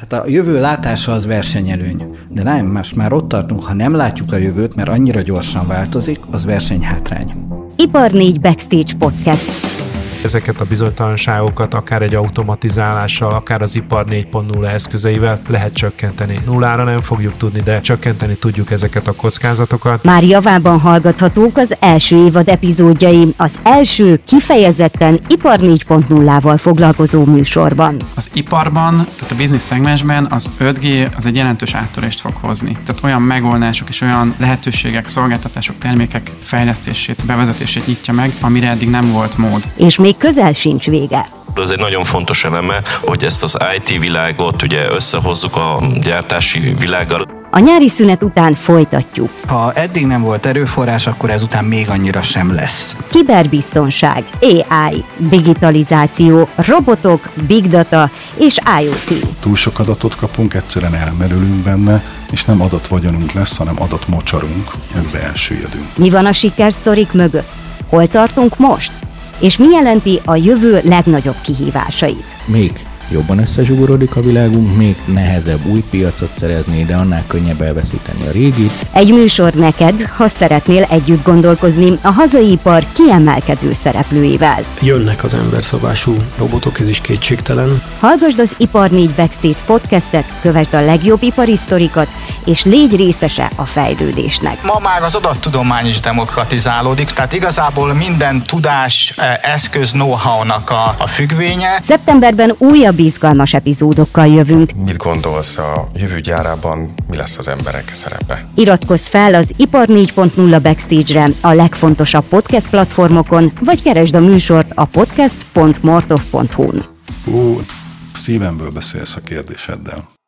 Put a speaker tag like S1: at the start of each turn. S1: Tehát Hát a jövő látása az versenyelőny. De nem, most már ott tartunk, ha nem látjuk a jövőt, mert annyira gyorsan változik, az versenyhátrány.
S2: Ipar 4 Backstage Podcast
S3: ezeket a bizonytalanságokat akár egy automatizálással, akár az ipar 4.0 eszközeivel lehet csökkenteni. Nullára nem fogjuk tudni, de csökkenteni tudjuk ezeket a kockázatokat.
S2: Már javában hallgathatók az első évad epizódjai, az első kifejezetten ipar 4.0-val foglalkozó műsorban.
S4: Az iparban, tehát a business szegmensben az 5G az egy jelentős áttörést fog hozni. Tehát olyan megoldások és olyan lehetőségek, szolgáltatások, termékek fejlesztését, bevezetését nyitja meg, amire eddig nem volt mód.
S2: És még még közel sincs vége.
S5: Az egy nagyon fontos eleme, hogy ezt az IT világot ugye összehozzuk a gyártási világgal.
S2: A nyári szünet után folytatjuk.
S1: Ha eddig nem volt erőforrás, akkor ezután még annyira sem lesz.
S2: Kiberbiztonság, AI, digitalizáció, robotok, big data és IoT.
S6: Túl sok adatot kapunk, egyszerűen elmerülünk benne, és nem adatvagyonunk lesz, hanem adatmocsarunk, amiben elsüllyedünk.
S2: Mi van a sikersztorik mögött? Hol tartunk most? és mi jelenti a jövő legnagyobb kihívásait.
S7: Még jobban összezsugorodik a világunk, még nehezebb új piacot szerezni, de annál könnyebb elveszíteni a régit.
S2: Egy műsor neked, ha szeretnél együtt gondolkozni a hazai ipar kiemelkedő szereplőivel.
S8: Jönnek az emberszabású robotok, ez is kétségtelen.
S2: Hallgasd az Ipar 4 Backstage podcastet, kövesd a legjobb ipari sztorikat, és légy részese a fejlődésnek.
S9: Ma már az adattudomány is demokratizálódik, tehát igazából minden tudás, eh, eszköz, know-how-nak a, a függvénye.
S2: Szeptemberben újabb izgalmas epizódokkal jövünk.
S10: Mit gondolsz a jövő gyárában, mi lesz az emberek szerepe?
S2: Iratkozz fel az Ipar 4.0 Backstage-re a legfontosabb podcast platformokon, vagy keresd a műsort a podcast.mortov.hu-n.
S6: Ú, szívemből beszélsz a kérdéseddel.